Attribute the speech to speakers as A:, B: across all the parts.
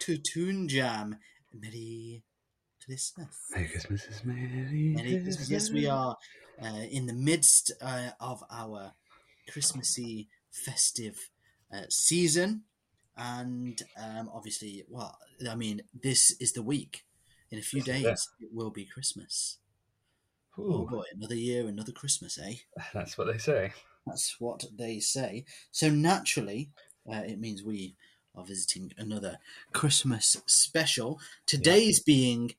A: to Toon Jam. Merry Christmas.
B: Merry Christmas is Merry
A: Merry Christmas. Yes, we are uh, in the midst uh, of our Christmassy festive uh, season. And um, obviously, well, I mean, this is the week. In a few days, it will be Christmas. Oh
B: Ooh,
A: boy, another year, another Christmas, eh?
B: that's what they say.
A: That's what they say. So naturally, uh, it means we are visiting another Christmas special. Today's being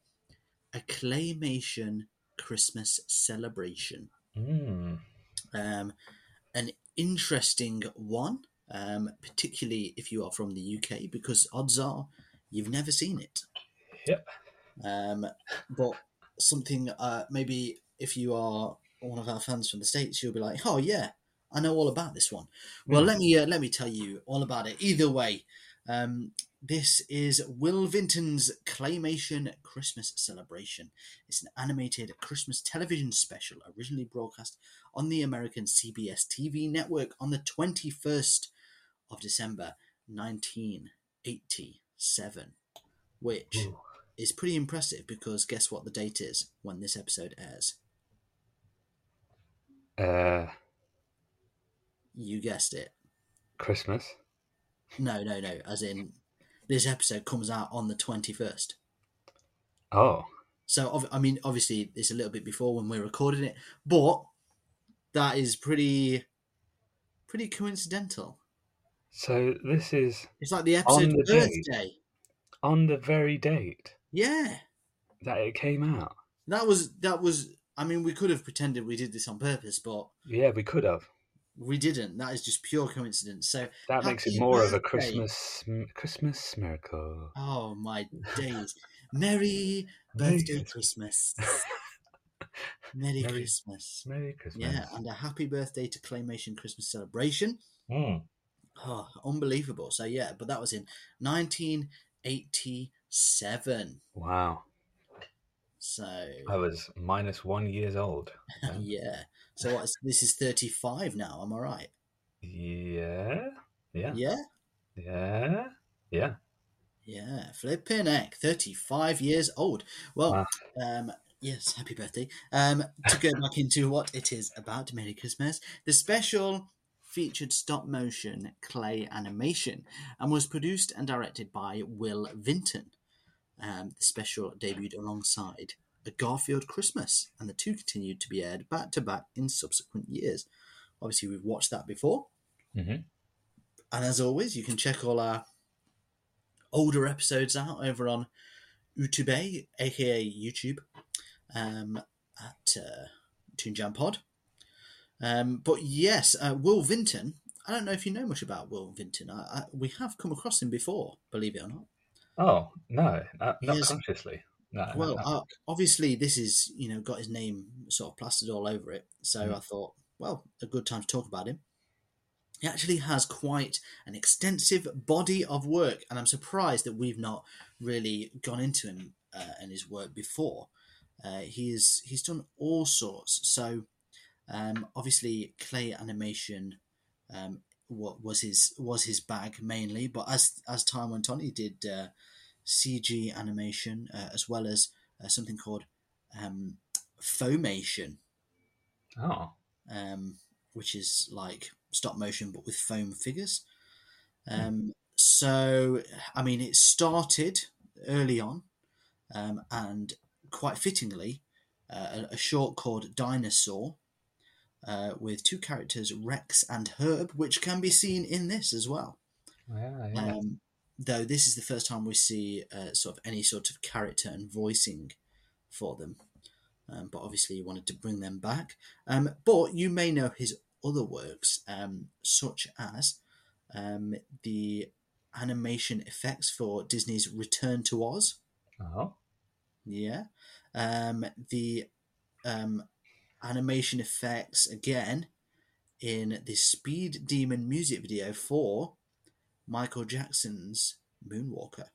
A: a claymation Christmas celebration.
B: Mm.
A: Um, an interesting one, um, particularly if you are from the UK, because odds are you've never seen it.
B: Yep.
A: Um, but something uh, maybe if you are one of our fans from the states, you'll be like, "Oh yeah, I know all about this one." Well, let me uh, let me tell you all about it. Either way, um, this is Will Vinton's claymation Christmas celebration. It's an animated Christmas television special originally broadcast on the American CBS TV network on the twenty first of December, nineteen eighty seven, which
B: Ooh.
A: is pretty impressive because guess what the date is when this episode airs?
B: Uh,
A: You guessed it.
B: Christmas.
A: No, no, no. As in, this episode comes out on the 21st.
B: Oh,
A: So, ob- I mean, obviously, it's a little bit before when we're recording it, but that is pretty, pretty coincidental.
B: so this is
A: It's like the episode
B: the day.
A: birthday.
B: on the very date
A: Yeah,
B: that it came out.
A: that was that was. I mean, we could have pretended we did this on purpose, but
B: Yeah, we could have.
A: we didn't. That is just pure coincidence. So
B: That makes
A: happy
B: it more of a
A: birthday.
B: Christmas Christmas miracle.
A: Oh my days! Merry
B: Merry
A: birthday,
B: Christmas.
A: Christmas. Merry
B: Merry-
A: Christmas.
B: Merry Christmas.
A: Yeah, and a happy birthday to Claymation Christmas Celebration.
B: Mm.
A: Oh, unbelievable. So, yeah, but that was in 1987.
B: Wow,
A: So,
B: I was minus one years old. then.
A: yeah. So, what, is- this is 35 now, am I right?
B: yeah, yeah,
A: Yeah?
B: yeah, yeah.
A: Yeah, flipping heck, 35 years old. Well,
B: Wow.
A: um, yes, happy birthday. Um, to go back into what it is about, Merry Christmas. The special featured stop motion clay animation and was produced and directed by Will Vinton. Um, the special debuted alongside A Garfield Christmas, and the two continued to be aired back to back in subsequent years. Obviously, we've watched that before.
B: Mhm.
A: And as always, you can check all our older episodes out over on YouTube, aka YouTube, um, at uh, Toon Jam Pod. Um, but yes, uh, Will Vinton. I don't know if you know much about Will Vinton. I, I, we have come across him before, believe it or not.
B: Oh no, not, not
A: Yes.
B: consciously. No, no,
A: Well,
B: no.
A: uh, obviously, this is you know got his name sort of plastered all over it. So I thought, well, a good time to talk about him. He actually has quite an extensive body of work, and I'm surprised that we've not really gone into him uh, and his work before. Uh, he is he's done all sorts. So Um, obviously, clay animation um, what was his was his bag mainly, but as as time went on, he did uh, CG animation uh, as well as uh, something called um, foamation,
B: Oh,
A: um, which is like stop motion but with foam figures. Um, so, I mean, it started early on, um, and quite fittingly, uh, a, a short called Dinosaur uh, with two characters, Rex and Herb, which can be seen in this as well.
B: yeah, yeah.
A: Um, though this is the first time we see uh, sort of any sort of character and voicing for them. Um, but obviously, you wanted to bring them back. Um, but you may know his other works, um, such as um, the animation effects for Disney's Return to Oz.
B: oh,
A: Yeah. Um, the um, animation effects again in the Speed Demon music video for Michael Jackson's Moonwalker.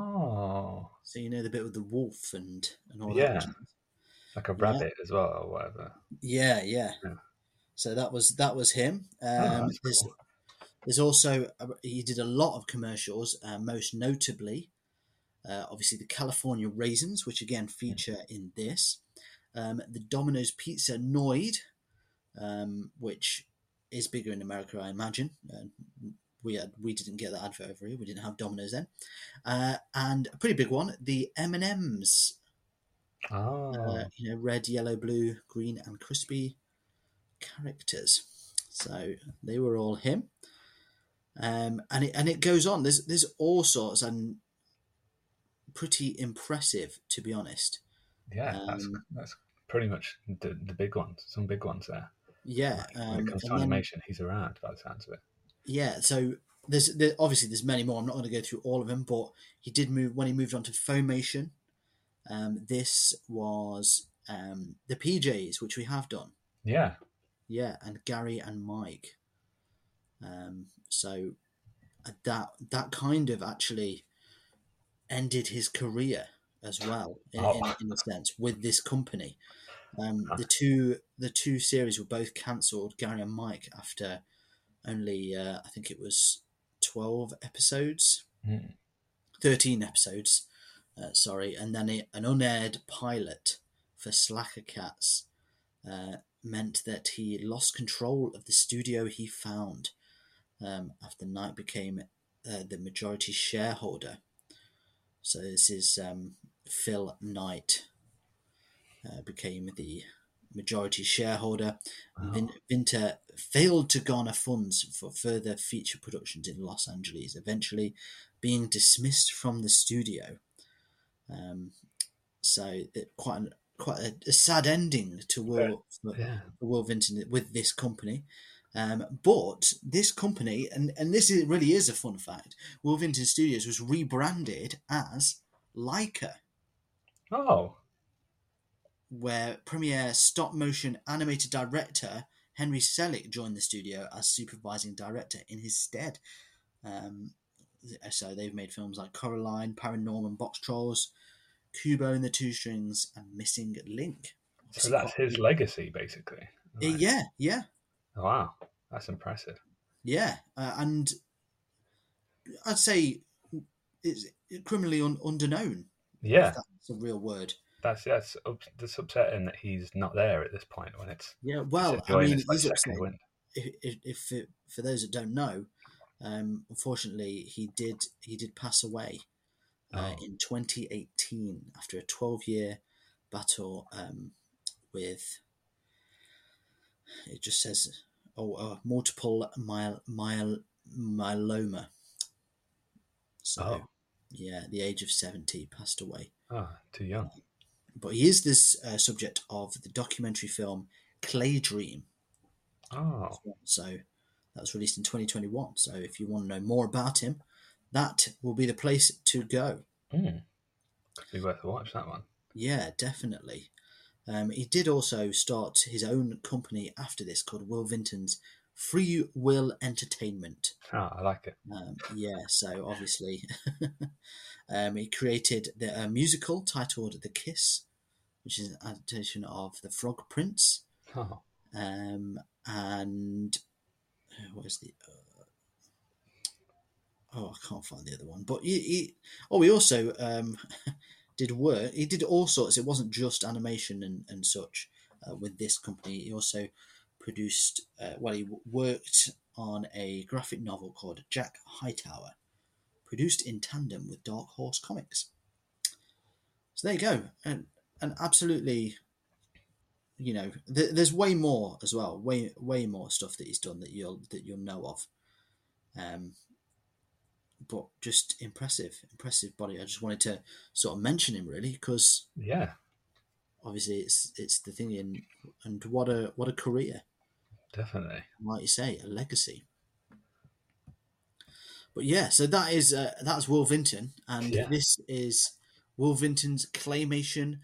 B: oh,
A: So you know the bit with the wolf and and all
B: Yeah.
A: that.
B: like a
A: Yeah.
B: rabbit as well, or whatever.
A: Yeah, yeah.
B: Yeah.
A: So that was that was him. Um,
B: oh, that's
A: there's,
B: cool.
A: there's also uh, he did a lot of commercials, uh, most notably, uh, obviously the California raisins, which again feature in this, um, the Domino's pizza Noid, um, which is bigger in America, I imagine. Uh, we had, we didn't get that advert over here. We didn't have Domino's then, uh, and a pretty big one, the M and M's
B: Oh,
A: uh, you know, red, yellow, blue, green, and crispy characters. So they were all him. Um, and it and it goes on. There's there's all sorts and pretty impressive, to be honest.
B: yeah, that's
A: um,
B: that's pretty much the, the big ones. Some big ones there.
A: Yeah.
B: Like, when
A: Um,
B: it comes to
A: and then-
B: animation, he's around by the sounds of it.
A: Yeah, so there's there, obviously there's many more. I'm not going to go through all of them, but he did move when he moved on to Foamation. Um, this was um, the PJs, which we have done.
B: Yeah,
A: Yeah, and Gary and Mike. Um, so uh, that that kind of actually ended his career as well, in, in-
B: Oh.
A: in, a sense, with this company. Um, the two the two series were both cancelled, Gary and Mike, after only uh, I think it was twelve episodes,
B: Mm.
A: thirteen episodes. Uh, sorry, and then it, an unaired pilot for Slacker Cats uh, meant that he lost control of the studio he found um, after Knight became uh, the majority shareholder. So this is um, Phil Knight uh, became the majority shareholder. Vin- Vinter failed to garner funds for further feature productions in Los Angeles, eventually being dismissed from the studio. Um, so it, quite an, quite a, a sad ending to Will for-
B: yeah.
A: for Will Vinton with this company. Um, but this company, and, and this is, really is a fun fact, Will Vinton Studios was rebranded as Leica,
B: Oh,
A: where premiere stop motion animated director Henry Selick joined the studio as supervising director in his stead. Um, so they've made films like Coraline, Paranorman, Box Trolls, Kubo and the Two Strings, and Missing Link.
B: so that's his legacy, basically.
A: Uh,
B: Right.
A: Yeah, yeah.
B: Wow, that's impressive.
A: Yeah, uh, and I'd say it's criminally un- underknown.
B: Yeah,
A: If that's a real word.
B: that's that's ups- that's upsetting that he's not there at this point when it's
A: Yeah. Well,
B: it's
A: Oh, I
B: enjoying
A: mean,
B: its, like,
A: he's upset.
B: second wind.
A: If, if, if it, for those that don't know, um, unfortunately, he did he did pass away uh,
B: Oh.
A: in 2018 after a 12 year battle um, with. It just says, oh, uh, multiple myel- myel- myeloma. So.
B: Oh,
A: yeah, at the age of 70, passed away.
B: oh, too young.
A: But he is this uh, subject of the documentary film Clay Dream.
B: Oh,
A: So that was released in 2021. So if you want to know more about him, that will be the place to go.
B: mm. could be worth a watch that one.
A: Yeah, definitely. Um, he did also start his own company after this called Will Vinton's Free Will Entertainment.
B: Ah, I like it.
A: Um, yeah, so obviously, um, he created the, a musical titled The Kiss, which is an adaptation of The Frog Prince,
B: Oh,
A: Um, and uh, where's the? Uh, oh, I can't find the other one. But he, he oh, he also um, did work. He did all sorts. It wasn't just animation and and such uh, with this company. He also produced. Uh, well, he w- worked on a graphic novel called Jack Hightower, produced in tandem with Dark Horse Comics. So there you go, and and absolutely, you know, th- there's way more as well, way way more stuff that he's done that you'll that you'll know of, um, but just impressive, impressive body. I just wanted to sort of mention him really because
B: Yeah,
A: obviously it's it's the thing, and and what a what a career
B: definitely.
A: like you say, a legacy. But yeah, so that is uh, that's Wolvinton, and
B: Yeah.
A: this is Wolvinton's claymation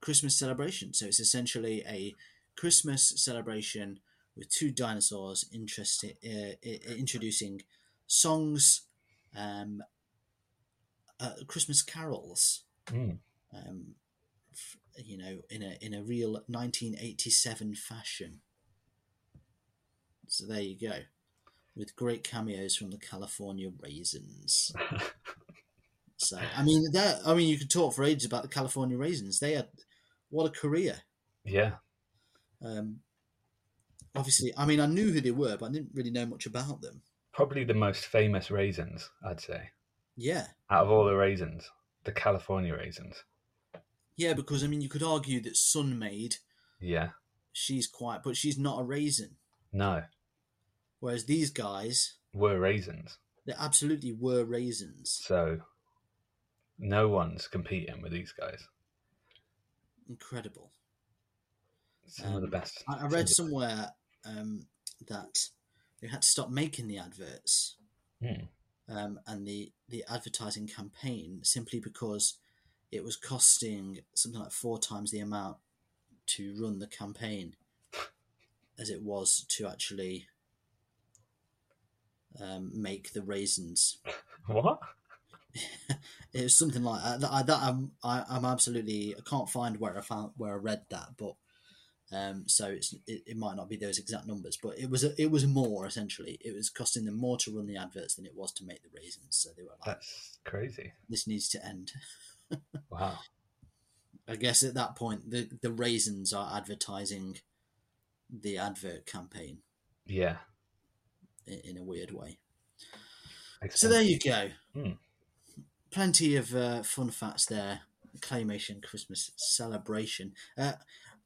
A: Christmas celebration. So it's essentially a Christmas celebration with two dinosaurs interesting, uh, i- i- introducing songs, um, uh, Christmas carols,
B: Mm.
A: um, f- you know, in a in a real 1987 fashion. So there you go, with great cameos from the California Raisins. so I mean, that I mean, you could talk for ages about the California Raisins. They had what a career.
B: Yeah,
A: Um, obviously, I mean, I knew who they were, but I didn't really know much about them.
B: probably the most famous raisins, I'd say,
A: Yeah,
B: out of all the raisins, the California raisins.
A: yeah, because I mean, you could argue that Sunmaid,
B: Yeah,
A: she's quiet, but she's not a raisin.
B: no,
A: Whereas these guys,
B: were raisins.
A: they absolutely were raisins.
B: So no one's competing with these guys.
A: Incredible.
B: Some of the
A: Um,
B: best.
A: I, I
B: some
A: read
B: of the-
A: somewhere um, that they had to stop making the adverts
B: Hmm.
A: um, and the, the advertising campaign simply because it was costing something like four times the amount to run the campaign as it was to actually um, make the raisins.
B: What?
A: It was something like uh, that. that I, that I'm, I, I'm absolutely. I can't find where I found where I read that, but um, so it's it, it might not be those exact numbers, but it was a, it was more essentially. It was costing them more to run the adverts than it was to make the raisins. So they were like,
B: That's crazy.
A: "This needs to end."
B: Wow.
A: I guess at that point, the the raisins are advertising the advert campaign
B: Yeah.
A: in, in a weird way.
B: makes
A: So
B: sense.
A: there you go.
B: Hmm.
A: Plenty of uh, fun facts there. Claymation Christmas celebration. Uh,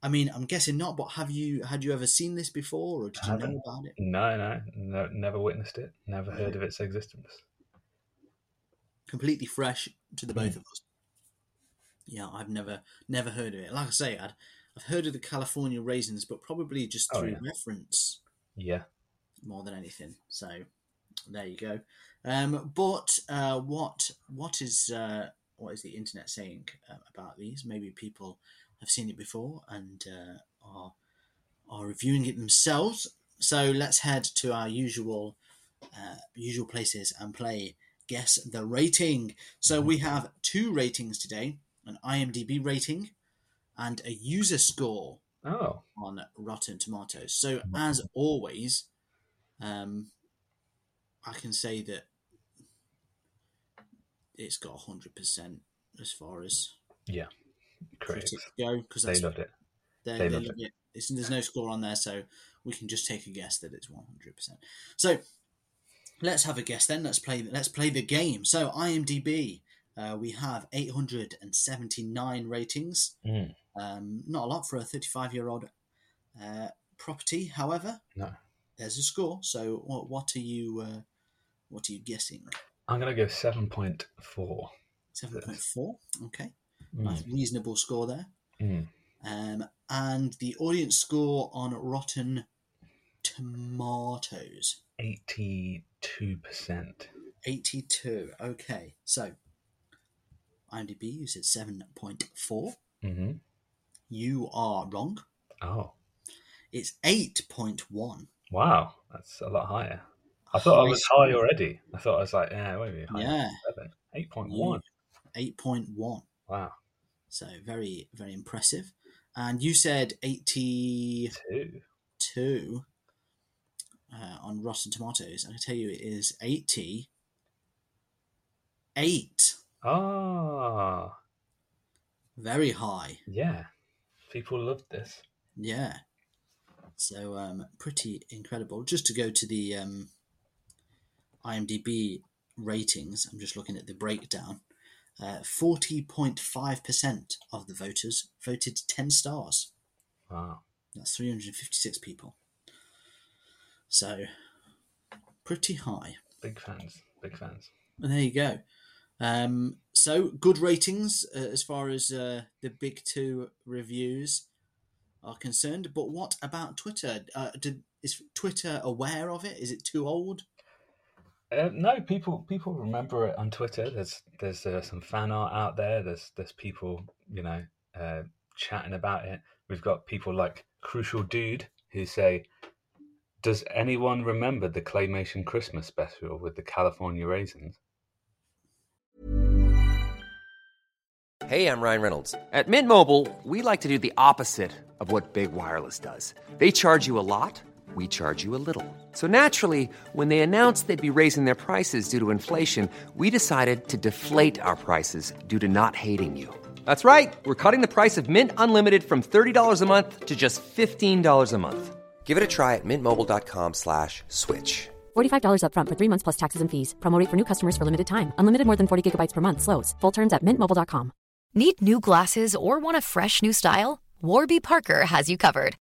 A: I mean, I'm guessing not, but have you had you ever seen this before, or did you know
B: Haven't.
A: about it?
B: No, no, no, never witnessed it. Never heard
A: Yeah.
B: of its existence.
A: Completely fresh to the both
B: Hmm.
A: of us. Yeah, I've never never heard of it. Like I say, I'd, I've heard of the California raisins, but probably just
B: Oh,
A: through
B: yeah.
A: reference.
B: Yeah.
A: more than anything. So there you go. Um, but uh, what what is uh, what is the internet saying um, about these? Maybe people have seen it before and uh, are are reviewing it themselves. So let's head to our usual uh, usual places and play guess the rating. So we have two ratings today: an IMDb rating and a user score
B: Oh,
A: on Rotten Tomatoes. So as always, um, I can say that it's got hundred percent as far as
B: yeah. Critics.
A: critics go because
B: They
A: that's
B: loved it.
A: they,
B: they
A: they
B: love
A: love it. It's, there's no score on there, so we can just take a guess that it's one hundred percent. So let's have a guess then. Let's play. Let's play the game. So IMDb, uh, we have eight hundred and seventy nine ratings.
B: Mm,
A: Um, not a lot for a 35 year old uh, property. However,
B: no.
A: there's a score. So what, what are you uh, what are you guessing?
B: I'm going to go 7.4.
A: 7.4. Okay, nice
B: Mm,
A: reasonable score there.
B: mm.
A: Um, and the audience score on Rotten Tomatoes
B: 82%.
A: 82. Okay, so IMDb you said 7.4.
B: hmm
A: Mm-hmm. You are wrong.
B: Oh,
A: It's 8.1.
B: wow. That's a lot higher. I thought I
A: High
B: was
A: score.
B: high already. I thought I was like, yeah, maybe higher.
A: Yeah.
B: Seven. 8.1.
A: 8.1.
B: Wow.
A: So very, very impressive. And you said 82.
B: Two.
A: two uh, on Rotten Tomatoes. I can tell you it is 88.
B: Ah,
A: Very high.
B: yeah. People loved this.
A: Yeah. So um, pretty incredible. Just to go to the um, IMDb ratings, I'm just looking at the breakdown. Uh, 40.5% of the voters voted 10 stars.
B: Wow.
A: That's 356 people. So pretty high.
B: Big fans. Big fans.
A: And there you go. Um, so good ratings uh, as far as uh, the big two reviews are concerned. But what about Twitter? Uh, did, is Twitter aware of it? Is it too old?
B: Uh, no, people people remember it on Twitter. There's there's uh, some fan art out there. There's there's people you know uh, chatting about it. We've got people like Crucial Dude who say, "Does anyone remember the claymation Christmas special with the California raisins?"
C: Hey, I'm Ryan Reynolds. At Mint Mobile, we like to do the opposite of what Big Wireless does. They charge you a lot, we charge you a little. So naturally, when they announced they'd be raising their prices due to inflation, we decided to deflate our prices due to not hating you. That's right. We're cutting the price of Mint Unlimited from $30 a month to just $15 a month. Give it a try at mintmobile.com slash switch.
D: $45 upfront for three months plus taxes and fees. Promo rate for new customers for limited time. Unlimited more than 40 gigabytes per month. Slows. Full terms at mintmobile.com.
E: Need new glasses or want a fresh new style? Warby Parker has you covered.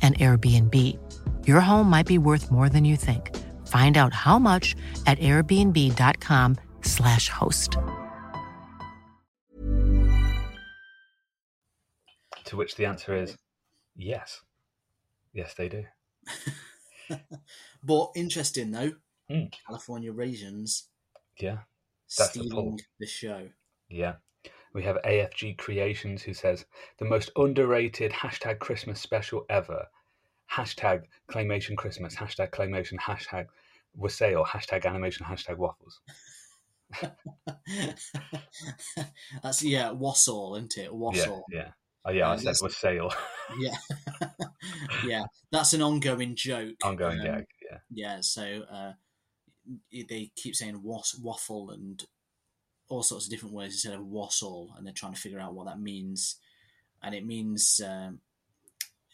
F: an Airbnb. Your home might be worth more than you think. Find out how much at airbnb.com/slash host.
B: To which the answer is, yes, yes they do.
A: But interesting though,
B: Hmm.
A: California raisins
B: Yeah, That's the
A: stealing
B: poll.
A: the, show.
B: yeah. We have AFG Creations who says the most underrated hashtag Christmas special ever. Hashtag claymation Christmas. Hashtag claymation. Hashtag wassail. Hashtag animation. Hashtag waffles.
A: That's yeah, wassail, isn't it? Wassail.
B: Yeah, yeah. Oh, yeah, I
A: Yeah,
B: said
A: that's-
B: wassail.
A: Yeah, yeah. That's an ongoing joke.
B: Ongoing
A: um,
B: gag. Yeah,
A: Yeah, so uh, y- they keep saying was- waffle and all sorts of different words instead of wassail, and they're trying to figure out what that means. And it means um,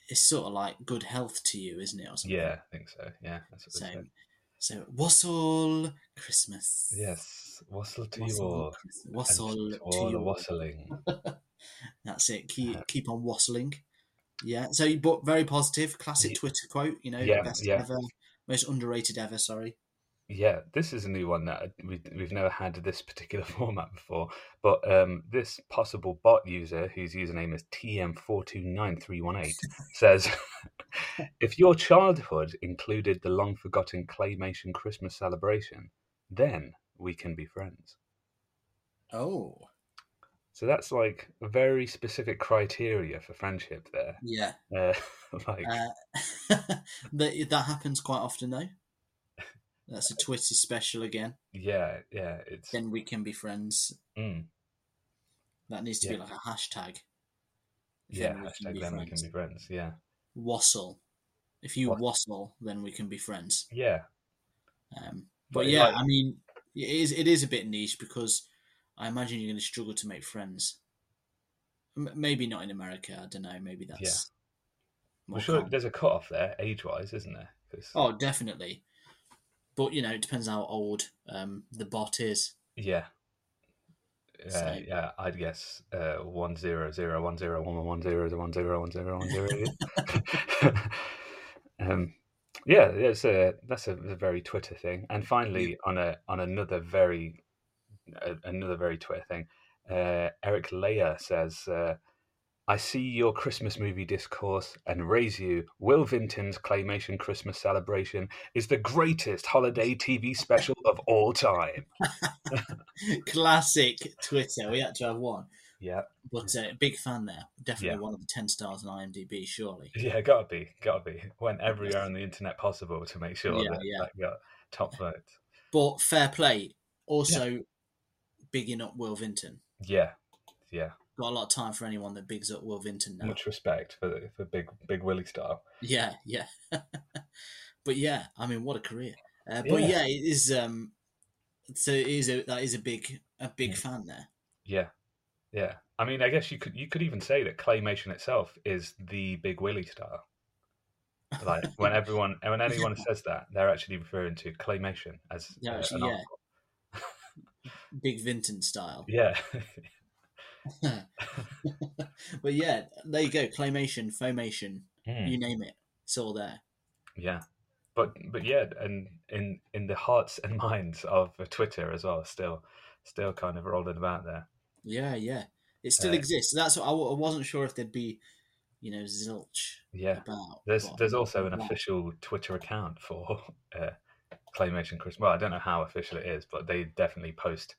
A: it's sort of like good health to you, isn't it? Or something.
B: yeah, I think so. Yeah, that's what
A: So,
B: they said.
A: so wassail Christmas.
B: Yes, wassail to you
A: Wassail
B: all.
A: Christmas.
B: and
A: Wassail to
B: all
A: you
B: the
A: all.
B: wassailing.
A: That's it. Keep
B: Yeah.
A: keep on wassailing. Yeah. So, but very positive. Classic
B: Ye-
A: Twitter quote. You know,
B: Yeah,
A: best
B: yeah.
A: ever, most underrated ever. Sorry.
B: Yeah, this is a new one that I- we, we've never had this particular format before. But um, this possible bot user, whose username is TM429318, says If your childhood included the long forgotten claymation Christmas celebration, then we can be friends.
A: Oh.
B: So that's like a very specific criteria for friendship there.
A: Yeah.
B: Uh, like,
A: Uh, that that happens quite often though. That's a Twitter special again.
B: Yeah, yeah. It's
A: Then we can be friends.
B: mm,
A: That needs to be
B: Yeah.
A: like a hashtag.
B: yeah.
A: Then we can
B: Hashtag
A: be
B: then we
A: friends.
B: can be friends. Yeah,
A: Wassle. If you
B: What?
A: wassle, then we can be friends.
B: yeah.
A: Um,
B: But
A: but
B: it
A: yeah,
B: might-
A: I mean, it is it is a bit niche because I imagine you're going to struggle to make friends. M- maybe not in America. I don't know. Maybe that's
B: Well,
A: more
B: sure,
A: common.
B: there's a cut off there, age wise, isn't there? 'Cause-
A: Oh, definitely. But you know, it depends how old um, the bot is.
B: Yeah. Uh,
A: So-
B: yeah, I'd guess uh, one zero zero one zero one one one zero one zero one zero one zero. Um, yeah, that's a that's a, a very Twitter thing. And finally, on a on another very a, another very Twitter thing, uh, Eric Leia says, uh, "I see your Christmas movie discourse and raise you. Will Vinton's claymation Christmas celebration is the greatest holiday TV special of all time."
A: Classic Twitter. We had to have one,
B: Yeah.
A: but uh, big fan there. Definitely
B: Yeah.
A: one of the ten stars on IMDb. Surely.
B: Yeah, gotta be, gotta be. Went everywhere on the internet possible to make sure
A: Yeah,
B: that
A: yeah.
B: that got top votes.
A: But fair play. Also, bigging up Will Vinton.
B: Yeah, yeah.
A: Got a lot of time for anyone that bigs up Will Vinton now.
B: Much respect for the for big big Willie style.
A: Yeah, yeah. but yeah, I mean, what a career. Uh, but yeah.
B: Yeah.
A: it is. Um, so it is a that is a big a big
B: Yeah.
A: fan there.
B: Yeah, yeah. I mean, I guess you could you could even say that claymation itself is the big Willie style. Like when everyone when anyone says that, they're actually referring to claymation as
A: They're
B: uh,
A: actually-
B: an
A: yeah.
B: art form.
A: Big Vinton style.
B: yeah.
A: but yeah, there you go. Claymation, Fomation,
B: Hmm.
A: you name it. It's all there.
B: Yeah, but but yeah, and in in the hearts and minds of uh, Twitter as well, still still kind of rolling about there.
A: Yeah, yeah. It still
B: Uh,
A: exists. That's what I, wa- I wasn't sure if there'd be, you know, zilch
B: Yeah,
A: about.
B: there's
A: but
B: there's also an
A: yeah.
B: official Twitter account for uh, claymation Christmas. Well, I don't know how official it is, but they definitely post,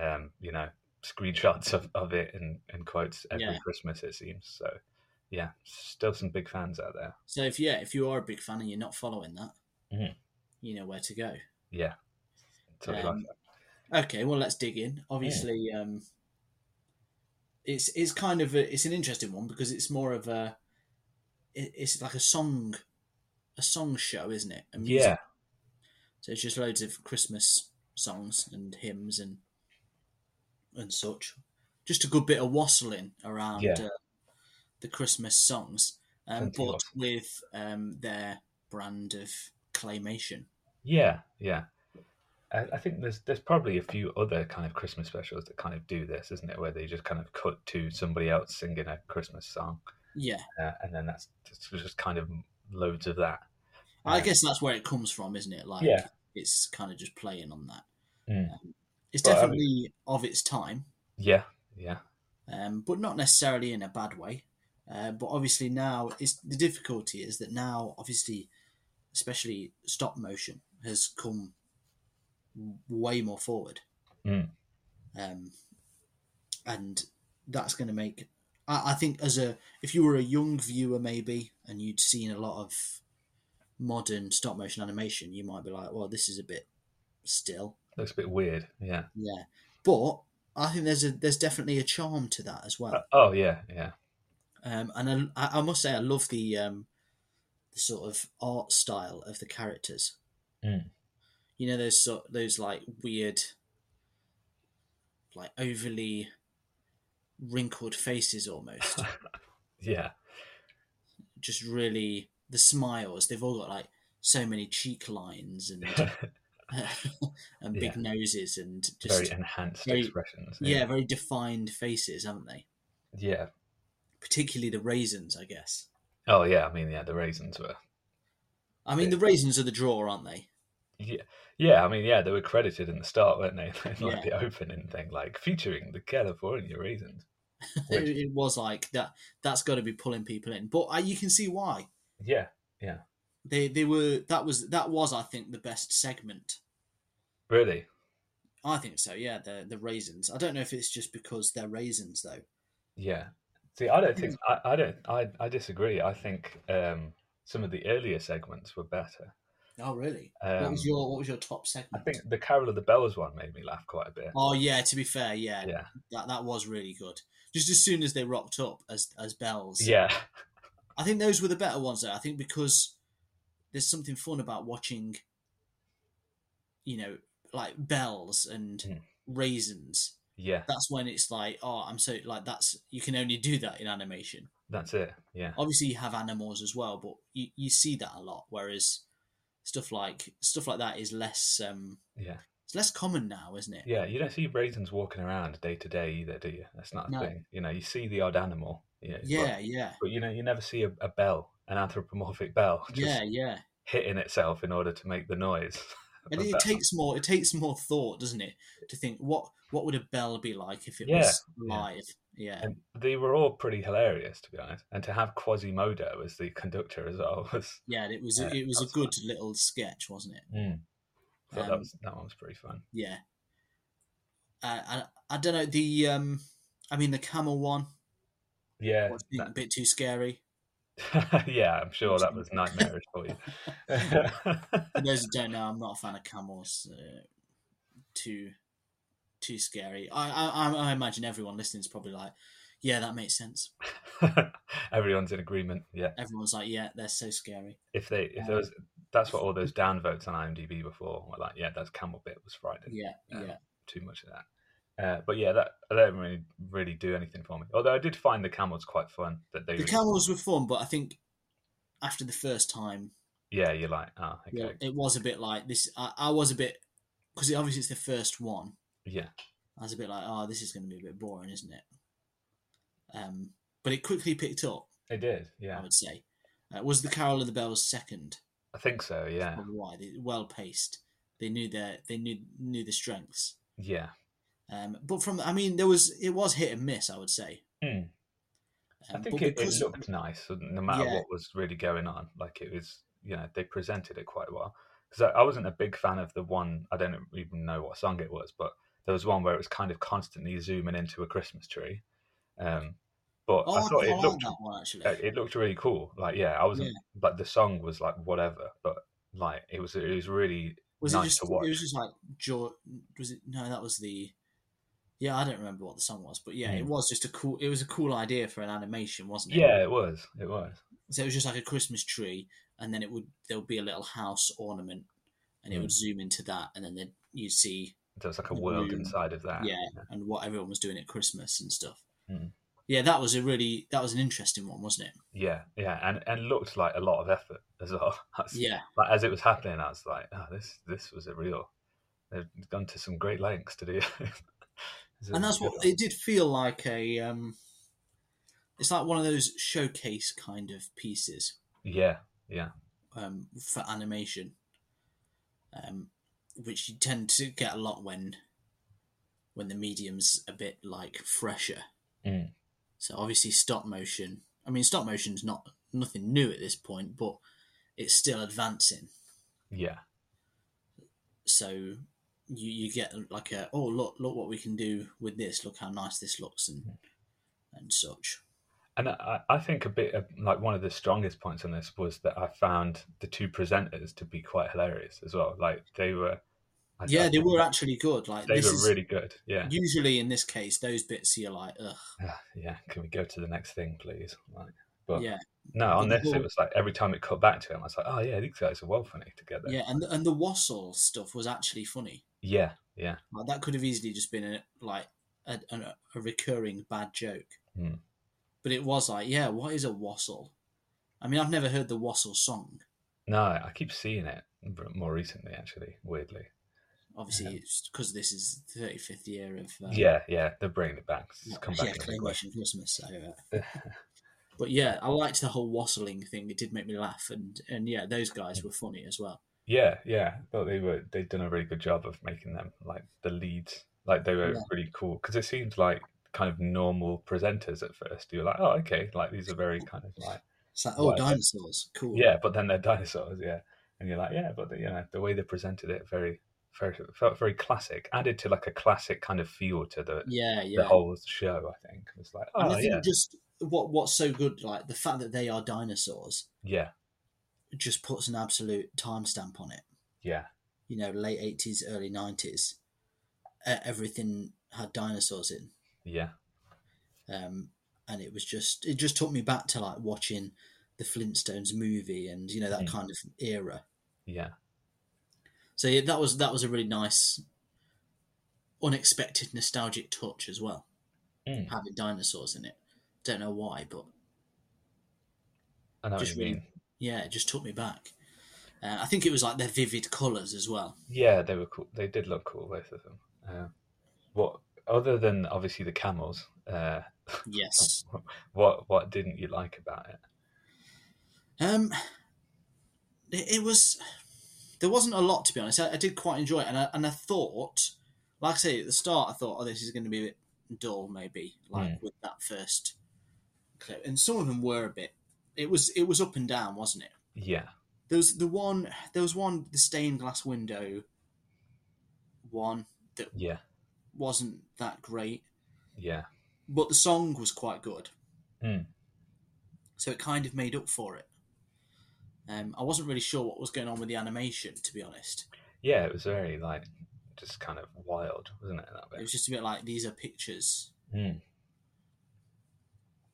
B: um, you know, screenshots of, of it and, and quotes every
A: Yeah.
B: Christmas. It seems so. Yeah, still some big fans out there.
A: So if yeah, if you are a big fan and you're not following that,
B: Mhm.
A: you know where to go.
B: Yeah, totally Hmm.
A: Um,
B: like that.
A: Okay, well let's dig in. Obviously, um, it's it's kind of a, it's an interesting one because it's more of a it, it's like a song a song show, isn't it? A music-
B: Yeah,
A: So it's just loads of Christmas songs and hymns and and such. Just a good bit of wassailing around
B: Yeah.
A: uh, the Christmas songs, um,
B: Plenty of
A: but
B: wassailing.
A: with um, their brand of claymation.
B: Yeah, yeah. I, I think there's there's probably a few other kind of Christmas specials that kind of do this, isn't it? Where they just kind of cut to somebody else singing a Christmas song,
A: Yeah,
B: uh, and then that's just, just kind of loads of that.
A: I
B: Um,
A: guess that's where it comes from, isn't it? Like
B: Yeah.
A: it's kind of just playing on that.
B: Mm.
A: Um, it's
B: But, um,
A: definitely of its time,
B: Yeah, yeah,
A: um, but not necessarily in a bad way. Uh, but obviously now, it's, the difficulty is that now, obviously, especially stop motion has come w- way more forward,
B: Mm.
A: um, and that's going to make. I, I think as a if you were a young viewer maybe and you'd seen a lot of modern stop motion animation, you might be like, "Well, this is a bit still."
B: looks a bit weird. Yeah.
A: Yeah, but I think there's a there's definitely a charm to that as well.
B: Uh, oh yeah, yeah,
A: Um, and I, I must say, I love the um, the sort of art style of the characters.
B: Mm.
A: You know those sort those like weird, like overly wrinkled faces almost.
B: yeah,
A: Just really the smiles. They've all got like so many cheek lines and and big
B: Yeah.
A: noses and just
B: very enhanced
A: very-
B: expressions.
A: yeah, very defined faces, haven't they?
B: yeah.
A: Particularly the raisins, I guess.
B: Oh yeah, I mean yeah, the raisins were.
A: I mean, the raisins are the draw, aren't they?
B: Yeah, yeah. I mean, yeah, they were credited in the start, weren't they? like
A: Yeah.
B: the opening thing, like featuring the California raisins.
A: it,
B: Which-
A: it was like that that's got to be pulling people in but uh, you can see why
B: Yeah,
A: they they were that was that was i think the best segment
B: really.
A: i think so yeah the the raisins i don't know if it's just because they're raisins though
B: Yeah. See, I don't think
A: Hmm.
B: I, I don't I, I disagree. I think um, some of the earlier segments were better.
A: Oh, really? what
B: Um,
A: was your What was your top
B: I
A: segment?
B: think the Carol of the Bells one made me laugh quite a bit.
A: Oh yeah. To be fair, yeah,
B: yeah,
A: that that was really good. Just as soon as they rocked up as as bells,
B: yeah,
A: I think those were the better ones, though. I think because there's something fun about watching, you know, like bells and
B: Mm.
A: raisins.
B: yeah.
A: That's when it's like, oh, I'm so like that's you can only do that in animation.
B: That's it. Yeah,
A: Obviously, you have animals as well, but you, you see that a lot. Whereas stuff like stuff like that is less um
B: yeah,
A: it's less common now, isn't it?
B: yeah. You don't see raisins walking around day to day either, do you? That's not a
A: No.
B: thing. You know, you see the odd animal. You know, but-
A: yeah, yeah,
B: But, you know, you never see a, a bell, an anthropomorphic bell, just
A: yeah, yeah.
B: hitting itself in order to make the noise.
A: And
B: of
A: it
B: that.
A: takes more. It takes more thought, doesn't it, to think what what would a bell be like if it
B: Yeah,
A: was
B: yeah.
A: live? Yeah,
B: And they were all pretty hilarious, to be honest. And to have Quasimodo as the conductor as well was.
A: yeah. It was
B: Yeah,
A: it was a
B: that's
A: good little sketch, wasn't it?
B: Mm. I thought that
A: Um,
B: was that one was pretty fun.
A: Yeah. Uh, I I don't know the um. I mean the camel one
B: Yeah,
A: was a bit too scary.
B: that- yeah. I'm sure that was nightmarish for you.
A: For those who don't know, I'm not a fan of camels. Uh, too too scary. I, I I- I imagine everyone listening is probably like, yeah, that makes sense.
B: Everyone's in agreement. Yeah.
A: Everyone's like, yeah, they're so scary.
B: If they if
A: Uh,
B: there was that's what all those downvotes on IMDb before were like. Yeah, that's camel bit was Friday.
A: Yeah,
B: Um,
A: yeah.
B: Too much of that. Uh, but yeah, that I don't really really do anything for me. Although I did find the camels quite fun. That they
A: The
B: were-
A: camels were fun, but I think after the first time,
B: Yeah, you're like ah okay
A: yeah, it was a bit like this. I, I was a bit because obviously it's the first one.
B: yeah.
A: I was a bit like, oh, this is going to be a bit boring, isn't it? Um, but it quickly picked up.
B: It did, yeah.
A: I would say. Uh, was the Carol of the Bells second?
B: I think so, yeah.
A: Probably Why? They, well paced. They knew their they knew knew the strengths.
B: Yeah.
A: Um, but from I mean, there was it was hit and miss. I would say.
B: Hmm. I
A: Um,
B: think
A: but
B: it, it
A: because-
B: looked nice, no matter
A: Yeah.
B: what was really going on. Like it was, you know, they presented it quite well. Because I, I wasn't a big fan of the one. I don't even know what song it was, but there was one where it was kind of constantly zooming into a Christmas tree. Um, but
A: Oh,
B: I
A: I,
B: thought
A: quite
B: it
A: like
B: looked
A: that one actually.
B: uh, it looked really cool. Like yeah, I wasn't like the song was like whatever, but like it was it was really
A: was
B: nice
A: it just
B: to watch.
A: it was just like joy? Was it no? That was the. Yeah, I don't remember what the song was, but yeah, it
B: Hmm.
A: was just a cool. It was a cool idea for an animation, wasn't it?
B: yeah, it was. It was.
A: So it was just like a Christmas tree, and then it would there would be a little house ornament, and it
B: Hmm.
A: would zoom into that, and then you see
B: There was like a
A: The
B: world
A: moon.
B: inside of that.
A: yeah, and what everyone was doing at Christmas and stuff.
B: Mm.
A: Yeah, that was a really that was an interesting one, wasn't it?
B: Yeah, yeah, and and looked like a lot of effort as well. That's-
A: Yeah,
B: like, as it was happening, I was like, oh, this this was a real. They've gone to some great lengths to do. it." It's a
A: and that's
B: good
A: what
B: one.
A: it did feel like a. um It's like one of those showcase kind of pieces
B: Yeah, yeah,
A: um for animation, um, which you tend to get a lot when when the medium's a bit like fresher.
B: Mm.
A: So obviously stop motion. I mean, stop motion's not nothing new at this point, but it's still advancing.
B: yeah,
A: so you you get like a oh look look what we can do with this look how nice this looks and and such
B: and I, I think a bit of like one of the strongest points on this was that I found the two presenters to be quite hilarious as well. Like they were. I- I
A: yeah they
B: think
A: were actually good like
B: They
A: this
B: were
A: is
B: really good. Yeah.
A: usually in this case those bits you're like ugh
B: Ah, yeah. Can we go to the next thing, please? Like, but
A: yeah
B: no, on
A: the
B: this it
A: whole-
B: was like every time it cut back to him, I was like, oh yeah, these guys are well funny together.
A: yeah and and the wassail stuff was actually funny
B: Yeah, yeah,
A: like that could have easily just been a like a, an a recurring bad joke
B: Hmm.
A: but it was like yeah what is a wassail I mean I've never heard the wassail song
B: No, I keep seeing it b- more recently, actually. Weirdly,
A: obviously it's because this is the 35th year of uh,
B: yeah, yeah, they're bringing it back. It's
A: Yeah,
B: come back.
A: yeah,
B: in a big way.
A: claymation Christmas. So, uh, but yeah, I liked the whole wassailing thing. It did make me laugh, and and yeah, those guys were funny as well.
B: yeah, yeah. I thought they were they'd done a really good job of making them like the leads. Like they were
A: Yeah.
B: really cool because it seemed like kind of normal presenters at first. You're like, oh, okay, like these are very kind of like
A: It's like, oh,
B: Right.
A: dinosaurs, cool.
B: yeah, but then they're dinosaurs, yeah. And you're like, yeah, but the, you know the way they presented it, very, very, felt very classic. Added to like a classic kind of feel to the
A: yeah, yeah.
B: the whole show. I think it was like,
A: and
B: oh
A: I think
B: yeah,
A: just what what's so good, like the fact that they are dinosaurs,
B: yeah,
A: just puts an absolute timestamp on it.
B: Yeah.
A: You know, late eighties, early nineties. Uh, everything had dinosaurs in,
B: Yeah.
A: um, and it was just it just took me back to like watching the Flintstones movie and you know that
B: Mm.
A: kind of era.
B: Yeah.
A: So yeah, that was that was a really nice, unexpected nostalgic touch as well.
B: Mm.
A: Having dinosaurs in it, don't know why, but
B: I know
A: Just
B: what you
A: really-
B: mean.
A: yeah, it just took me back. Uh, I think it was like their vivid colours as well.
B: Yeah, they were cool. They did look cool, both of them. Uh, what other than obviously the camels? Uh,
A: Yes.
B: what what didn't you like about it?
A: Um, it, it was. There wasn't a lot to be honest. I, I did quite enjoy it, and I, and I thought, like I say at the start, I thought, oh, this is going to be a bit dull, maybe, like
B: Mm.
A: with that first clip. And some of them were a bit. It was it was up and down, wasn't it?
B: Yeah,
A: There was the one. There was one the stained glass window. One that
B: yeah,
A: wasn't that great,
B: yeah,
A: but the song was quite good.
B: Mm.
A: So it kind of made up for it. Um, I wasn't really sure what was going on with the animation, to be honest.
B: yeah. It was very like just kind of wild, wasn't it? That
A: It
B: bit.
A: was just a bit like these are pictures.
B: Mm.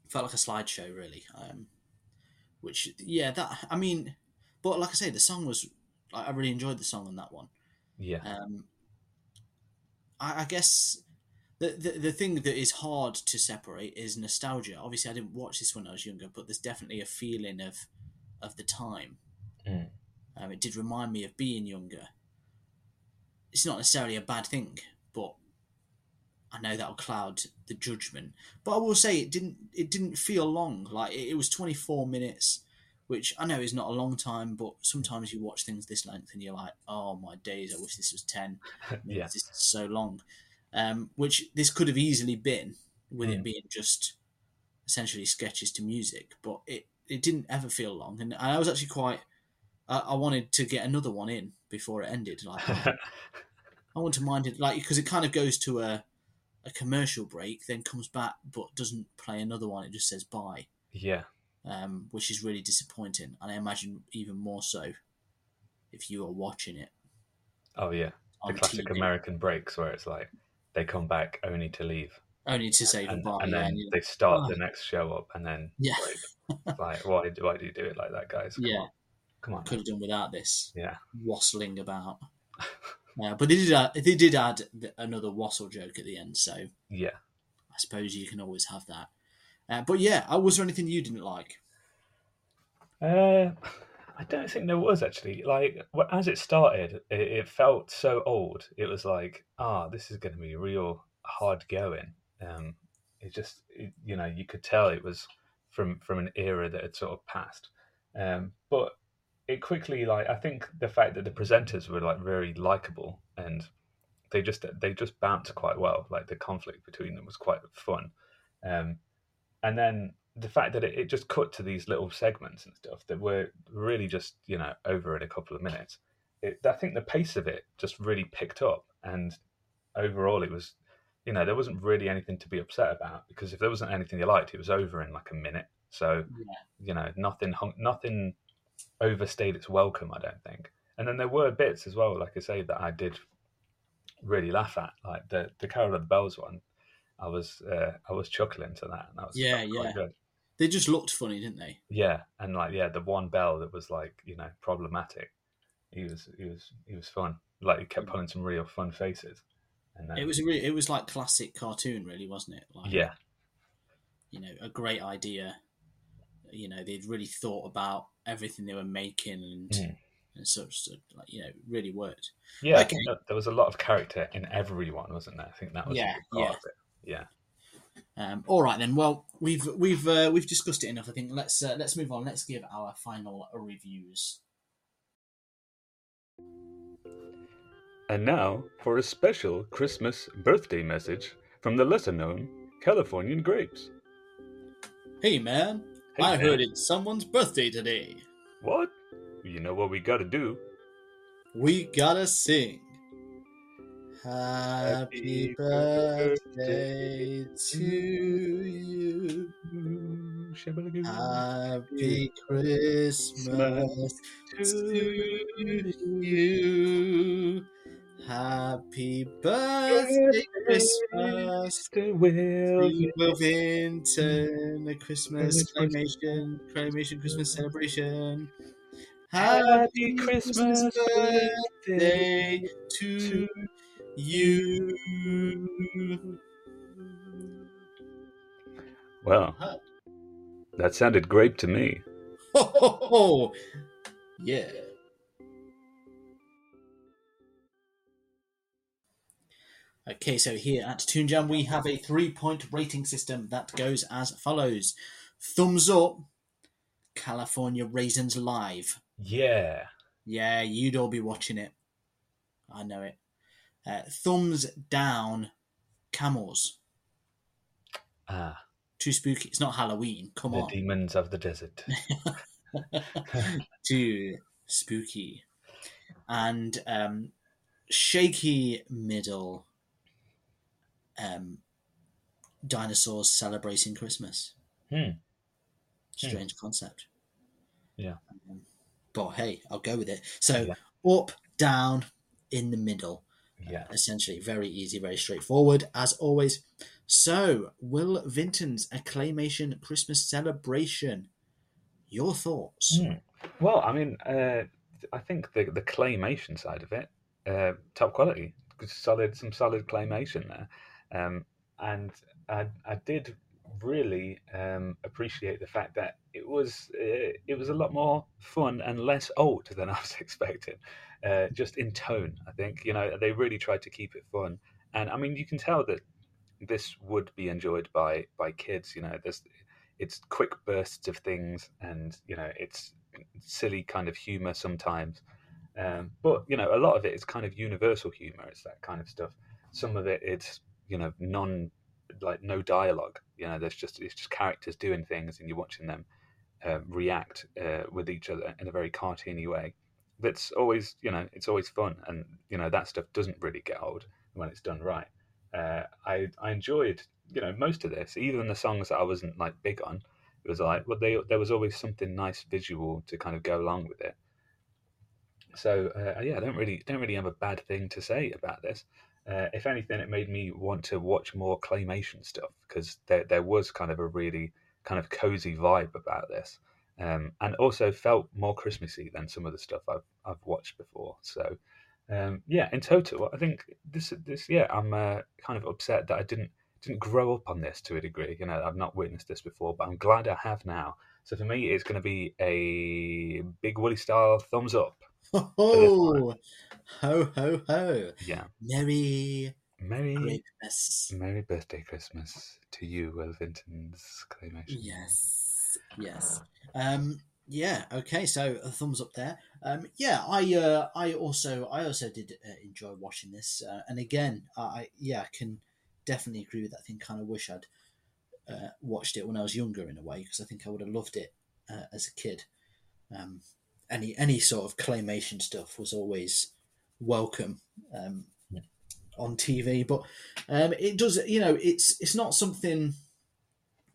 A: Felt like a slideshow, really. Um, which, yeah, that I mean, but like I say, the song was like, I really enjoyed the song on that one.
B: Yeah,
A: Um, I, I guess the, the the thing that is hard to separate is nostalgia. Obviously, I didn't watch this when I was younger, but there's definitely a feeling of of the time.
B: Mm.
A: Um, it did remind me of being younger. It's not necessarily a bad thing, but I know that'll cloud the judgment. But I will say it didn't it didn't feel long. Like it, it was 24 minutes, which I know is not a long time, but sometimes you watch things this length and you're like, oh my days, I wish this was 10.
B: yeah,
A: This is so long. Um, which this could have easily been with
B: Mm.
A: it being just essentially sketches to music, but it, it didn't ever feel long. And I was actually quite, I, I wanted to get another one in before it ended. Like, oh, I want to mind it, like, because it kind of goes to a, a commercial break, then comes back, but doesn't play another one. It just says bye,
B: yeah,
A: um, which is really disappointing. And I imagine even more so if you are watching it.
B: oh yeah. The
A: on
B: classic
A: TV,
B: American breaks where it's like they come back only to leave,
A: Only to say
B: and,
A: goodbye.
B: and
A: yeah,
B: then
A: and you're
B: they start
A: "Oh."
B: the next show up, and then
A: Yeah.
B: break. like why do- why do you do it like that, guys? Come
A: Yeah.
B: on, come on,
A: could have done without this
B: yeah,
A: wassailing about. Uh, but they did add, they did add th- another wassail joke at the end, so I
B: yeah.
A: suppose you can always have that. Uh, but yeah, uh, was there anything you didn't like?
B: Uh, I don't think there was actually. Like wh- as it started, it, it felt so old. It was like, ah, this is going to be real hard going. Um, it just, it, you know, you could tell it was from from an era that had sort of passed. Um, but it quickly, like, I think the fact that the presenters were like very likable and they just they just bounced quite well. Like the conflict between them was quite fun. Um, and then the fact that it, it just cut to these little segments and stuff that were really just you know over in a couple of minutes it, i think the pace of it just really picked up and overall it was you know there wasn't really anything to be upset about because if there wasn't anything you liked it was over in like a minute so you know nothing hung, nothing overstayed its welcome i don't think and then there were bits as well like i say that i did really laugh at like the the carol of the bells one i was uh, i was chuckling to that and that was
A: Yeah,
B: that was quite
A: yeah.
B: good.
A: They just looked funny, didn't they?
B: Yeah, and like yeah, the one bell that was like you know problematic. He was he was he was fun. Like he kept pulling some real fun faces. And then,
A: Mm. It was a really, it was like classic cartoon, really, wasn't it? Like,
B: yeah
A: you know, a great idea. You know, they'd really thought about everything they were making and
B: Mm.
A: and such. so, Like, you know, it really worked.
B: yeah.
A: Okay.
B: there- There was a lot of character in everyone, wasn't there? I think that was a
A: Yeah,
B: big
A: yeah.
B: part of it. Yeah,
A: Um, all right then. Well, we've we've uh, we've discussed it enough. I think let's uh, let's move on. Let's give our final reviews.
B: And now for a special Christmas birthday message from the lesser known Californian grapes.
A: Hey man,
B: Hey,
A: I
B: man.
A: heard it's someone's birthday today.
B: What? You know what we gotta do?
A: We gotta sing. Happy
B: Happy birthday
A: birthday to you.
B: Shabalagoo.
A: Uh, Happy Christmas to you. Happy birthday, Christmas.
B: Mr. Will.
A: Dream of
B: Mm-hmm.
A: Hinton, a Christmas cremation, cremation Christmas celebration.
B: Happy Christmas
A: birthday to
B: to
A: you.
B: Well, that sounded great to me.
A: Ho, ho, ho. Oh, Yeah. Okay, so here at Toon Jam, we have a three point rating system that goes as follows Thumbs up, California Raisins Live.
B: Yeah.
A: Yeah, you'd all be watching it. I know it. Uh, thumbs down, Camels.
B: Ah,
A: Too spooky. It's not Halloween. Come
B: the
A: on.
B: demons of the desert.
A: Too spooky. And um, shaky middle. Um, dinosaurs celebrating Christmas.
B: Hmm.
A: Strange concept. Um,
B: Yeah.
A: But hey, I'll go with it. So
B: Yeah.
A: up, down, in the middle.
B: Yeah.
A: essentially very easy very straightforward as always so will vinton's acclamation christmas celebration your thoughts
B: Hmm. Well, I mean, uh, I think the the claymation side of it, uh, top quality, Good solid, some solid claymation there, um, and I I did really um, appreciate the fact that it was uh, it was a lot more fun and less old than I was expecting, uh, just in tone. I think you know they really tried to keep it fun, and I mean you can tell that this would be enjoyed by by kids. You know, there's it's quick bursts of things and you know it's silly kind of humor sometimes um, but you know a lot of it is kind of universal humor it's that kind of stuff some of it it's you know non like no dialogue you know there's just it's just characters doing things and you're watching them uh, react uh, with each other in a very cartoony way that's always you know it's always fun and you know that stuff doesn't really get old when it's done right uh, I I enjoyed you know most of this, even the songs that I wasn't like big on. It was like well, they, there was always something nice visual to kind of go along with it. So uh, yeah, I don't really don't really have a bad thing to say about this. Uh, if anything, it made me want to watch more claymation stuff because there there was kind of a really kind of cozy vibe about this, um, and also felt more Christmassy than some of the stuff I've I've watched before. So um, yeah, in total, I think this this yeah, I'm uh, kind of upset that I didn't didn't grow up on this to a degree. You know, I've not witnessed this before, but I'm glad I have now. So for me, it's going to be a big Woody style thumbs up.
A: ho
B: this
A: ho ho ho ho
B: Yeah,
A: merry
B: merry
A: christmas
B: merry birthday Christmas to you, Will Vinton's claymation.
A: yes yes um yeah okay so a thumbs up there um yeah i uh i also i also did uh, enjoy watching this uh, and again I, I yeah i can definitely agree with that thing kind of wish i'd uh, watched it when I was younger in a way because I think I would have loved it uh, as a kid. Um, any any sort of claymation stuff was always welcome um, on TV, but um, it does you know it's it's not something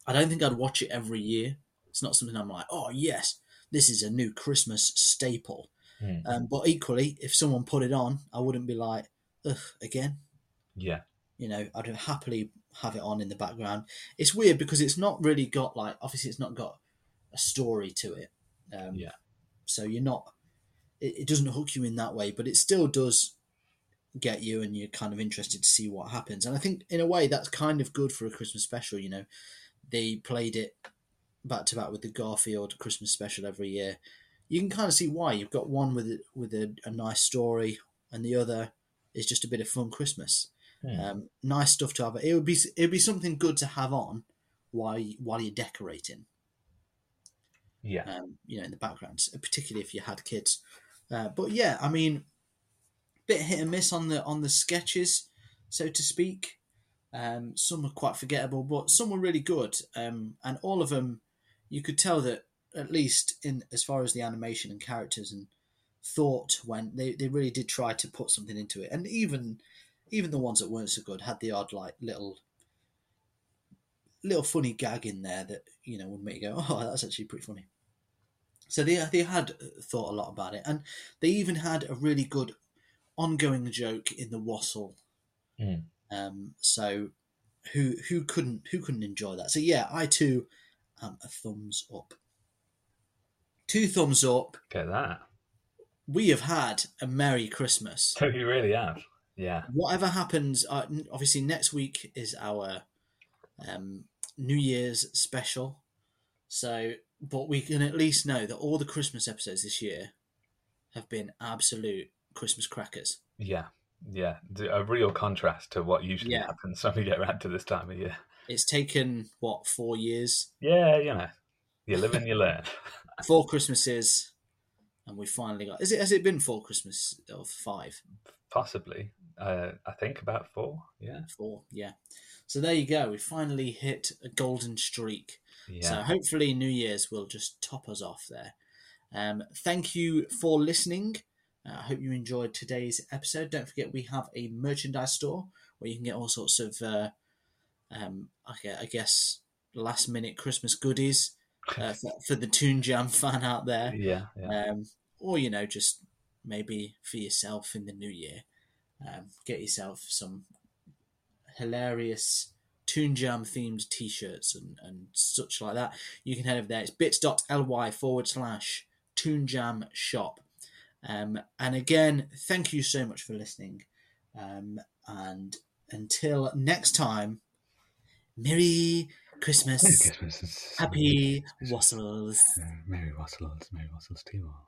A: I don't think I'd watch it every year. It's not something I'm like oh yes this is a new Christmas staple.
B: Hmm.
A: Um, but equally, if someone put it on, I wouldn't be like ugh again
B: Yeah,
A: you know i'd happily have it on in the background it's weird because it's not really got like obviously it's not got a story to it um,
B: Yeah.
A: so you're not it, it doesn't hook you in that way but it still does get you and you're kind of interested to see what happens and i think in a way that's kind of good for a christmas special you know they played it back to back with the garfield christmas special every year you can kind of see why you've got one with with a, a nice story and the other is just a bit of fun christmas um, nice stuff to have. It would be it would be something good to have on while you, while you're decorating.
B: yeah,
A: Um, you know, in the background, particularly if you had kids. Uh, but yeah, I mean, bit hit and miss on the on the sketches, so to speak. Um, some were quite forgettable, but some were really good. Um, and all of them, you could tell that at least in as far as the animation and characters and thought went, they, they really did try to put something into it. And even even the ones that weren't so good had the odd like little little funny gag in there that you know would make you go, "Oh, that's actually pretty funny." So they they had thought a lot about it, and they even had a really good ongoing joke in the wassail.
B: Hmm.
A: Um, so who who couldn't who couldn't enjoy that? So yeah, I too am a thumbs up. Two thumbs up.
B: Get that.
A: We have had a merry Christmas.
B: So you really have. Yeah.
A: Whatever happens, uh, n- obviously next week is our um, New Year's special. So, but we can at least know that all the Christmas episodes this year have been absolute Christmas crackers.
B: Yeah. Yeah. D- A real contrast to what usually
A: Yeah.
B: happens when we get around to this time of year.
A: It's taken what four years,
B: Yeah, you know. You live and you learn.
A: four Christmases, and we finally got. Is it has it been four Christmas or five?
B: Possibly. Uh, I think about four. Yeah.
A: Four, yeah. So there you go. We finally hit a golden streak.
B: Yeah.
A: So hopefully New Year's will just top us off there. Um, thank you for listening. Uh, I hope you enjoyed today's episode. Don't forget we have a merchandise store where you can get all sorts of, uh, um, I gue- I guess, last minute Christmas goodies uh, for, for the Toon Jam fan out there
B: yeah. Yeah.
A: um, or you know just maybe for yourself in the new year um, get yourself some hilarious Toon Jam themed t shirts and, and such like that. You can head over there. It's bits.ly forward slash Toon Jam shop. Um, and again, thank you so much for listening. Um, and until next time, Merry Christmas.
B: Christmas.
A: Happy wassels.
B: Merry Wassels, Merry Wassels to you all.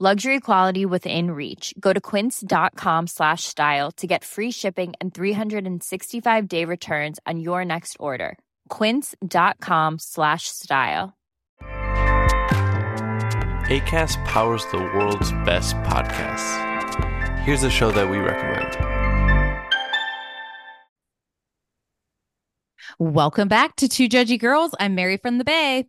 G: Luxury quality within reach. Go to quince.com slash style to get free shipping and 365 day returns on your next order. Quince.com slash style.
F: ACAST powers the world's best podcasts. Here's a show that we recommend.
E: Welcome back to Two Judgy Girls. I'm Mary from the Bay.